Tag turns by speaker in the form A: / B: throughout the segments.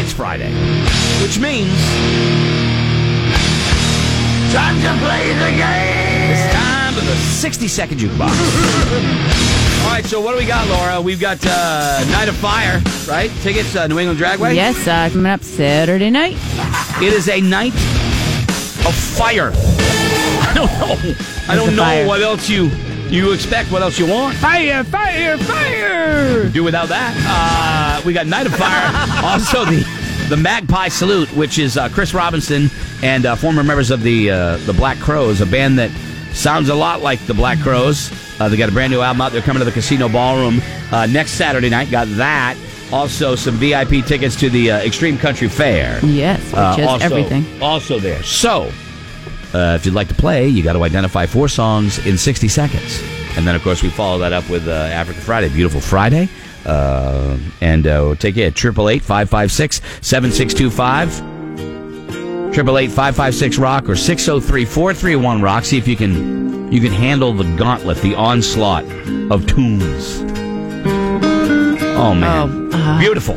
A: it's Friday, which means
B: Time to play the game!
A: it's time for the 60 second jukebox. All right, so what do we got, Laura? We've got uh, Night of Fire, right? Tickets, uh, New England Dragway.
C: Yes, uh, coming up Saturday night.
A: It is a night of fire. I don't know. I
C: It's a
A: don't know
C: fire.
A: what else you you expect, what else you want. Fire, fire, fire. Do without that. Uh, we got Night of Fire. also the the Magpie Salute, which is uh, Chris Robinson and uh, former members of the uh, the Black Crows, a band that sounds a lot like the Black Crows. Uh, they got a brand new album out. They're coming to the Casino Ballroom uh, next Saturday night. Got that. Also, some VIP tickets to the uh, Extreme Country Fair.
C: Yes, which
A: Uh,
C: is
A: also,
C: everything.
A: Also there. So, uh, if you'd like to play, you got to identify four songs in 60 seconds. And then, of course, we follow that up with uh, Africa Friday, Beautiful Friday. Uh, and uh, we'll take it at 888 556 7625. 888 556 Rock or 603 431 Rock. See if you can you can handle the gauntlet, the onslaught of tunes. Oh, man.
C: Oh, uh.
A: Beautiful.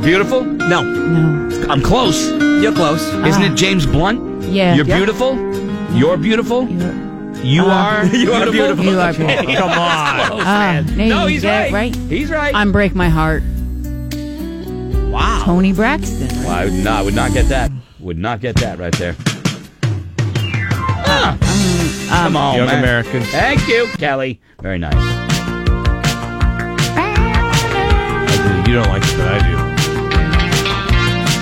A: Beautiful? No.
C: No.
A: I'm close.
B: You're close.
A: Isn't
C: Ah.
A: it James Blunt?
C: Yeah.
A: You're
C: Yeah.
A: beautiful. You're beautiful. You are.
B: You are beautiful.
C: You are beautiful.
A: Come on.
C: Uh,
A: no,
C: name
A: he's
C: that
A: right.
C: right.
A: He's right.
C: I'm Break My Heart.
A: wow.
C: Tony Braxton.
A: Well, I would not, would not get that. Would not get that right there. Ah. Come on,
D: Young
A: man.
D: Americans.
A: Thank you, Kelly. Very nice.
D: You don't like it, but I do.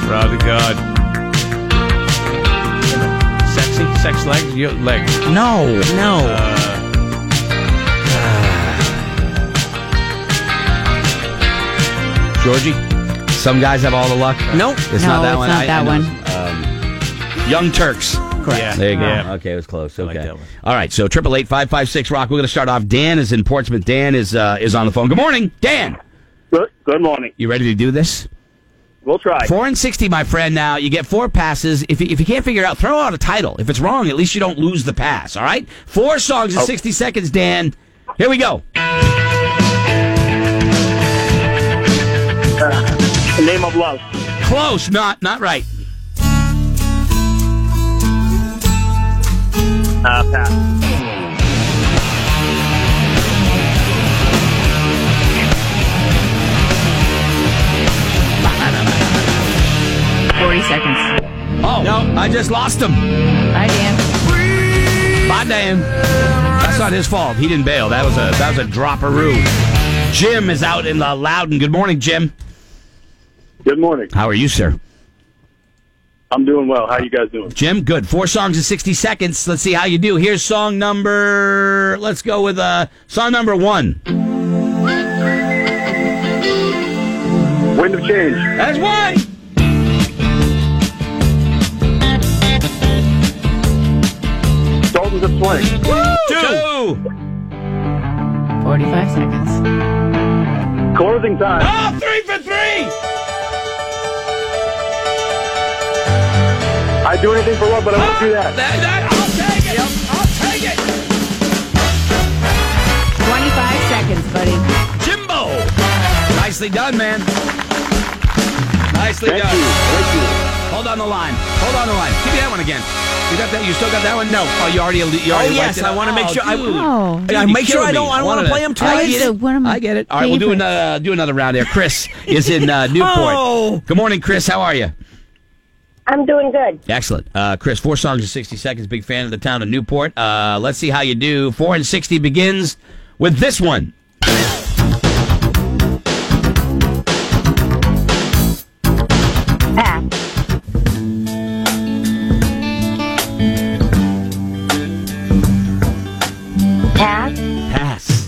D: Proud of God.
A: Sexy.
D: Sex legs? Yo, legs.
A: No. No. Georgie, some guys have all the luck.
B: Nope.
A: It's
C: No,
A: not that
C: it's
A: one.
C: not
A: I-
C: that
A: I know
C: one.
A: it's, um, Young Turks.
D: Correct. Yeah.
A: There you go.
D: Yeah.
A: Okay, it was close.
D: like
A: Okay.
D: that one.
A: All right. So triple eight five five six rock. We're going to start off. Dan is in Portsmouth. Dan is uh, is on the phone. Good morning, Dan.
E: Good, good morning.
A: You ready to do this?
E: We'll try.
A: Four and sixty, my friend. Now you get four passes. If you, if you can't figure it out, throw out a title. If it's wrong, at least you don't lose the pass. All right. Four songs in sixty seconds, Dan. Here we go.
E: Name of love.
A: Close. Not not right.
E: Uh, pass.
C: Forty seconds.
A: Oh no! I just lost him.
C: Bye, Dan.
A: Bye, Dan. That's not his fault. He didn't bail. That was a that was a dropperoo. Jim is out in the Loudon. Good morning, Jim.
E: Good morning.
A: How are you, sir?
E: I'm doing well. How you guys doing?
A: Jim, good. Four songs in 60 seconds. Let's see how you do. Here's song number. Let's go with uh, song number one.
E: Wind of change.
A: That's one.
E: Daltons of swing.
A: Two.
C: Forty-five seconds.
E: Closing time.
A: Oh, three for three.
E: I'd do anything for love, but I won't do
A: That,
E: that.
A: that- I'll take it. I'll take it.
C: Twenty-five seconds, buddy.
A: Jimbo. Nicely done, man. Nicely
E: Thank
A: done.
E: you. Thank
A: Hold on the line. Hold on the line. Give me that one again. You got that? You still got that one? No. Oh, you already. You already
B: Oh, yes,
A: wiped it
B: I
A: out.
B: wanna make sure I-
A: dude.
C: Oh.
A: You're
B: I
A: gonna
B: make
A: kill
B: sure I
A: me.
B: don't- I don't wanna
A: wanna-
B: play 'em
A: I
C: twice.
A: get it.
C: It's one of my
A: I get it. All right, we'll do another uh, do another round here. Chris is in uh, Newport.
B: Oh.
A: Good morning, Chris. How are you?
F: I'm doing good.
A: Excellent, uh, Chris. Four songs in sixty seconds. Big fan of the town of Newport. Uh, let's see how you do. Four and sixty begins with this one.
F: Pass. Pass.
A: Pass.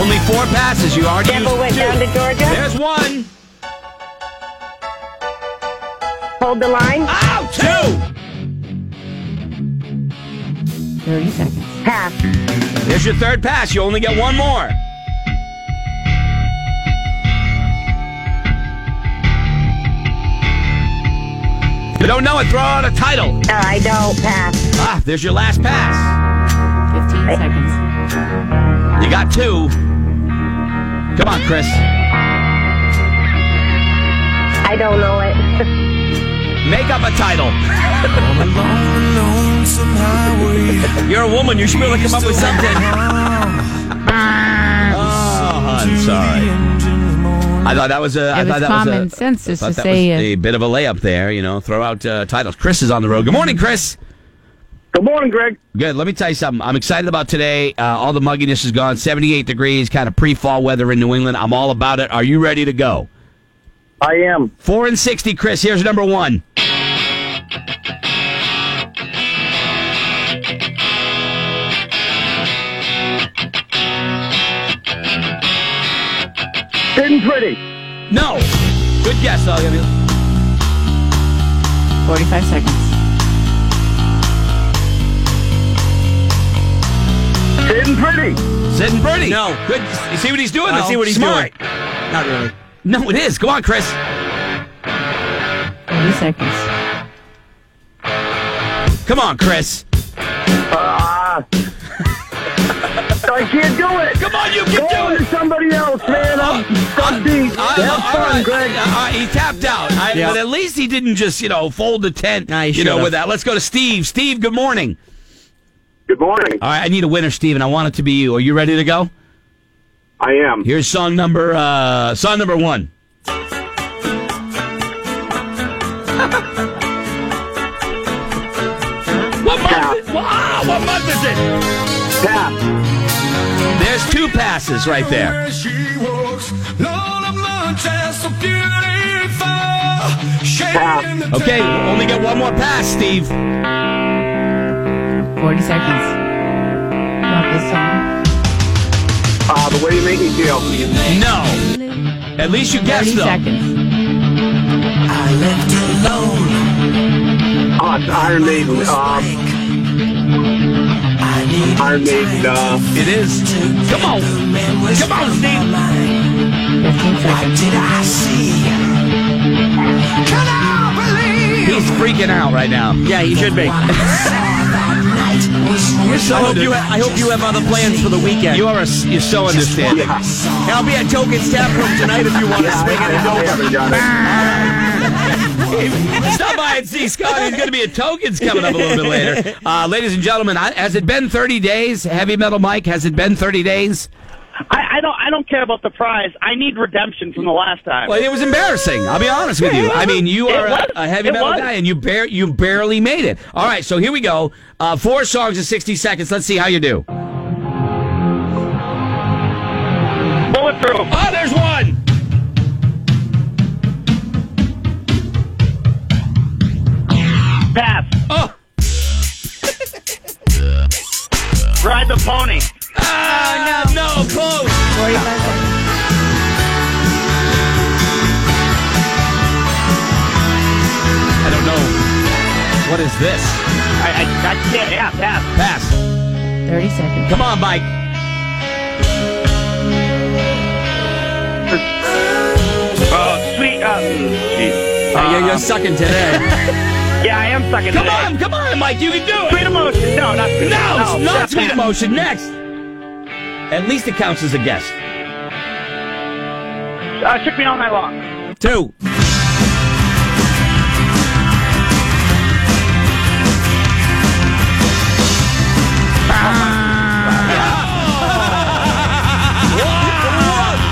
A: Only four passes. You already
F: Devil
A: used
F: went
A: two.
F: down to Georgia.
A: There's one.
F: Hold the line.
A: Ow! Two.
C: Thirty seconds.
F: Pass.
A: There's your third pass. You only get one more. You don't know it. Throw out a title.
F: No, I don't. Pass.
A: Ah, there's your last pass.
C: Fifteen
A: Oh.
C: seconds.
A: You got two. Come on, Chris.
F: I don't know it.
A: Make up a title. You're a woman. You should be able to come up with something. Oh, I'm sorry. I thought that was a. I
C: It
A: thought
C: was
A: that
C: common
A: was a,
C: sense just
A: I thought
C: to
A: that
C: say uh,
A: was
C: it.
A: a bit of a layup there. You know, throw out uh, titles. Chris is on the road. Good morning, Chris.
E: Good morning, Greg.
A: Good. Let me tell you something. I'm excited about today. Uh, all the mugginess is gone. 78 degrees, kind of pre-fall weather in New England. I'm all about it. Are you ready to go?
E: I am.
A: Four and sixty, Chris. Here's number one.
E: Sitting pretty.
A: No. Good guess, though.
C: 45 seconds.
E: Sitting pretty.
A: Sitting pretty.
D: No.
A: Good. You see what he's doing?
D: I
A: though?
D: see what he's
A: Smart.
D: doing. Not really.
A: No, it is. Come on, Chris.
C: 30 seconds.
A: Come on, Chris.
E: Ah. I can't do it.
A: Come on, you can
E: Go
A: do it.
E: to somebody else, man. I'm
A: I'm-
E: stuck deep.
A: I'm-
E: Have
A: all
E: fun,
A: right. Uh,
E: Greg.
A: All right, he tapped out. I-
D: Yeah.
A: But at least he didn't just, you know, fold the tent,
D: Nah, he
A: you know,
D: should've.
A: with that. Let's go to Steve. Steve, good morning.
E: Good morning.
A: All right, I need a winner, Steve, and I want it to be you. Are you ready to go?
E: I am.
A: Here's song number uh song number one. what month? Is, wow, what month is it?
E: Tap.
A: There's two passes right there.
G: She walks, Lord, I'm not just so beautiful. Shaking the
A: Okay, only get one more pass, Steve.
C: 40 seconds. Love this song.
E: Ah, the way you make me feel.
A: No. At least you
C: 30
A: guessed though.
C: seconds.
E: Ah, it's Iron Maiden. Uh, Iron Maiden. Uh,
A: It is. Come on. Come on, Steve.
C: 15 seconds.
G: Did I see? Can I believe?
A: He's freaking out right now.
D: Yeah, you should be. I hope you. Ha- I hope you have other plans for the weekend.
A: You are a, you're so understanding.
D: I'll be at Token's Tap Room tonight if you want to
E: yeah,
D: swing it.
E: I, I haven't got it.
A: Stop by and see Scott. He's going to be at Tokens coming up a little bit later. Uh, ladies and gentlemen, I, has it been 30 days? Heavy Metal Mike, has it been 30 days?
H: I, I don't. I don't care about the prize. I need redemption from the last time.
A: Well, it was embarrassing. I'll be honest with you. I mean, you
H: It
A: are a,
H: was.
A: a heavy
H: It
A: metal
H: was.
A: guy, and you bar- you barely made it. All right, so here we go. Uh, four songs in 60 seconds. Let's see how you do.
H: Bulletproof.
A: Oh, there's one.
H: Pass.
A: Oh,
H: Ride the pony.
A: ah, no, close.
C: 45 seconds.
A: I don't know. What is this?
H: I, I, I can't. Yeah, pass.
A: Pass.
C: 30 seconds.
A: Come on, Mike.
H: Oh, sweet. Uh, geez.
A: Uh,
D: Yeah, you're, sucking today.
H: yeah, I am stuck in
A: Come
H: today.
A: on, come on, Mike. You can do it.
H: Sweet emotion. No, not sweet.
A: No, it's not
H: yeah,
A: sweet
H: pass.
A: emotion. Next. At least it counts as a guess.
H: Uh, shook me all night long.
D: Two.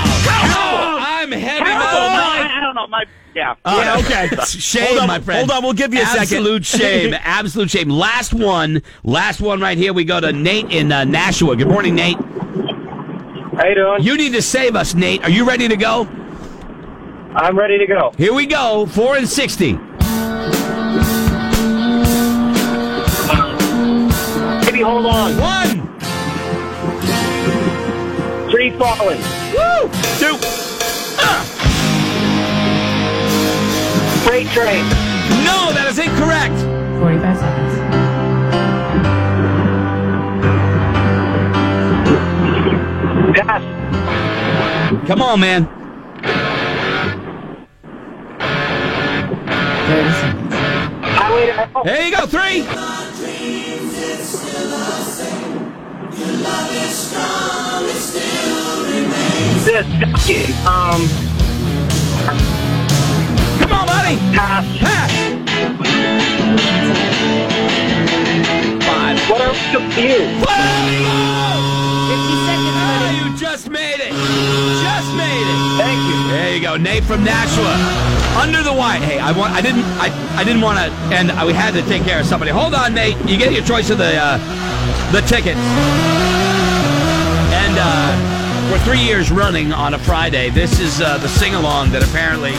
A: I'm heavy
H: Terrible.
A: metal.
H: No,
A: Mike.
H: I, I don't know. My yeah.
A: Yeah, okay. Shame,
D: Hold on,
A: my friend.
D: hold on, we'll give you a second.
A: Absolute shame. Absolute shame. Last one. Last one right here. We go to Nate in uh, Nashua. Good morning, Nate.
E: How you doing?
A: You need to save us, Nate. Are you ready to go?
E: I'm ready to go.
A: Here we go. Four and sixty.
E: Maybe hold on.
A: One,
E: Tree falling.
A: woo, two.
E: Freight train.
A: No, that is incorrect.
C: 45 seconds.
E: Pass.
A: Come on, man.
C: 30 seconds.
E: Highway to hell.
A: There you go. Three.
E: This. Um.
A: Come on, Nine.
E: Pass.
A: Pass.
D: Five.
E: What else could you?
C: seconds,
D: You just made it. Just made it.
E: Thank you.
A: There you go, Nate from Nashua. Under the white. Hey, I want. I didn't. I. I didn't want to. And I- we had to take care of somebody. Hold on, Nate. You get your choice of the uh, the tickets. And uh, we're three years running on a Friday. This is uh, the sing along that apparently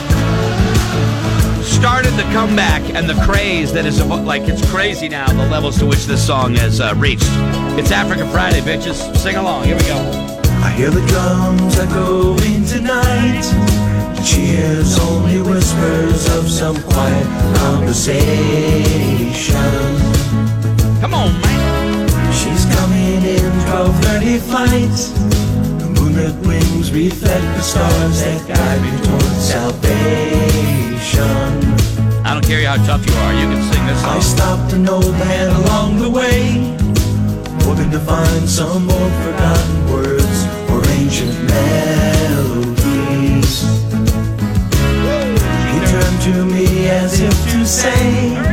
A: started the comeback and the craze that is evo- like it's crazy now the levels to which this song has uh, reached. It's Africa Friday, bitches. Sing along. Here we go.
G: I hear the drums echoing tonight. Cheers, only whispers of some quiet conversation.
A: Come on, man.
G: She's coming in 12:30 flight. The moonlit wings reflect the stars that guide me towards salvation.
A: I don't care how tough you are. You can sing this
G: I
A: song.
G: stopped an old man along the way, hoping to find some old forgotten words or ancient melodies. He turned to me as if to say.